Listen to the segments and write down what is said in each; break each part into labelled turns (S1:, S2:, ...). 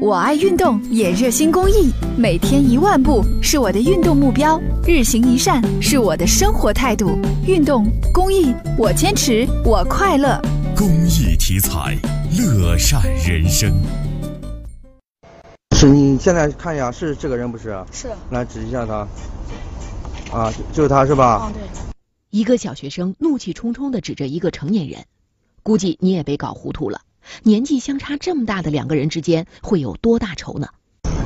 S1: 我爱运动，也热心公益。每天一万步是我的运动目标，日行一善是我的生活态度。运动、公益，我坚持，我快乐。
S2: 公益题材，乐善人生。
S3: 是你现在看一下，是这个人不是？
S4: 是。
S3: 来指一下他。啊，就就是他是吧？
S4: 啊，对，
S5: 一个小学生怒气冲冲地指着一个成年人，估计你也被搞糊涂了。年纪相差这么大的两个人之间会有多大仇呢？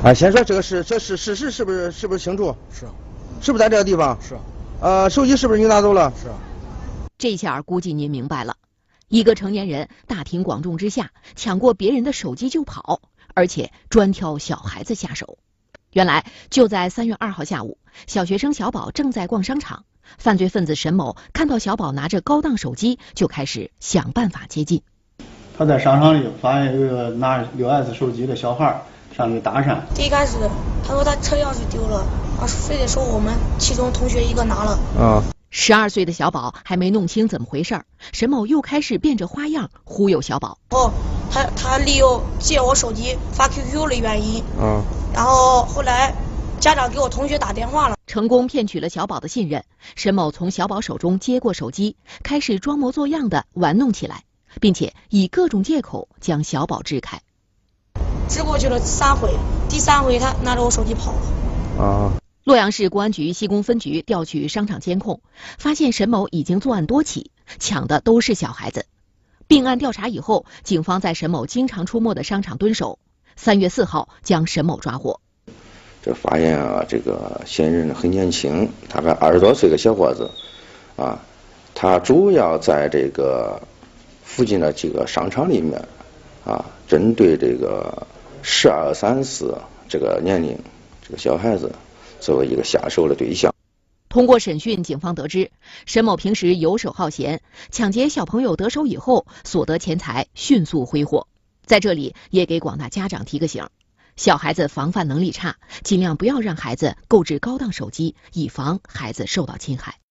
S3: 啊，先说这个是这是事实是不是是不是清楚？
S6: 是
S3: 是不是在这个地方？
S6: 是
S3: 呃，手机是不是你拿走了？
S6: 是，
S5: 这下儿估计您明白了，一个成年人大庭广众之下抢过别人的手机就跑，而且专挑小孩子下手。原来就在三月二号下午，小学生小宝正在逛商场，犯罪分子沈某看到小宝拿着高档手机，就开始想办法接近。
S7: 他在商场里发现有一个拿六 S 手机的小孩儿上去搭讪，
S4: 第一开始他说他车钥匙丢了，啊，非得说我们其中同学一个拿了，
S3: 啊，
S5: 十二岁的小宝还没弄清怎么回事儿，沈某又开始变着花样忽悠小宝。
S4: 然后他他利用借我手机发 QQ 的原因，
S3: 啊，
S4: 然后后来家长给我同学打电话了，
S5: 成功骗取了小宝的信任，沈某从小宝手中接过手机，开始装模作样的玩弄起来，并且以各种借口将小宝支开。
S4: 支过去了三回，第三回他拿着我手机跑了。
S3: 啊，
S5: 洛阳市公安局西宫分局调取商场监控，发现沈某已经作案多起，抢的都是小孩子。并案调查以后，警方在沈某经常出没的商场蹲守。三月四号将沈某抓获。
S8: 这发现啊，这个嫌疑人很年轻，大概二十多岁个小伙子，啊，他主要在这个附近的几个商场里面，啊，针对这个十二三四这个年龄这个小孩子作为一个下手的对象。
S5: 通过审讯，警方得知沈某平时游手好闲，抢劫小朋友得手以后，所得钱财迅速挥霍。在这里，也给广大家长提个醒：小孩子防范能力差，尽量不要让孩子购置高档手机，以防孩子受到侵害。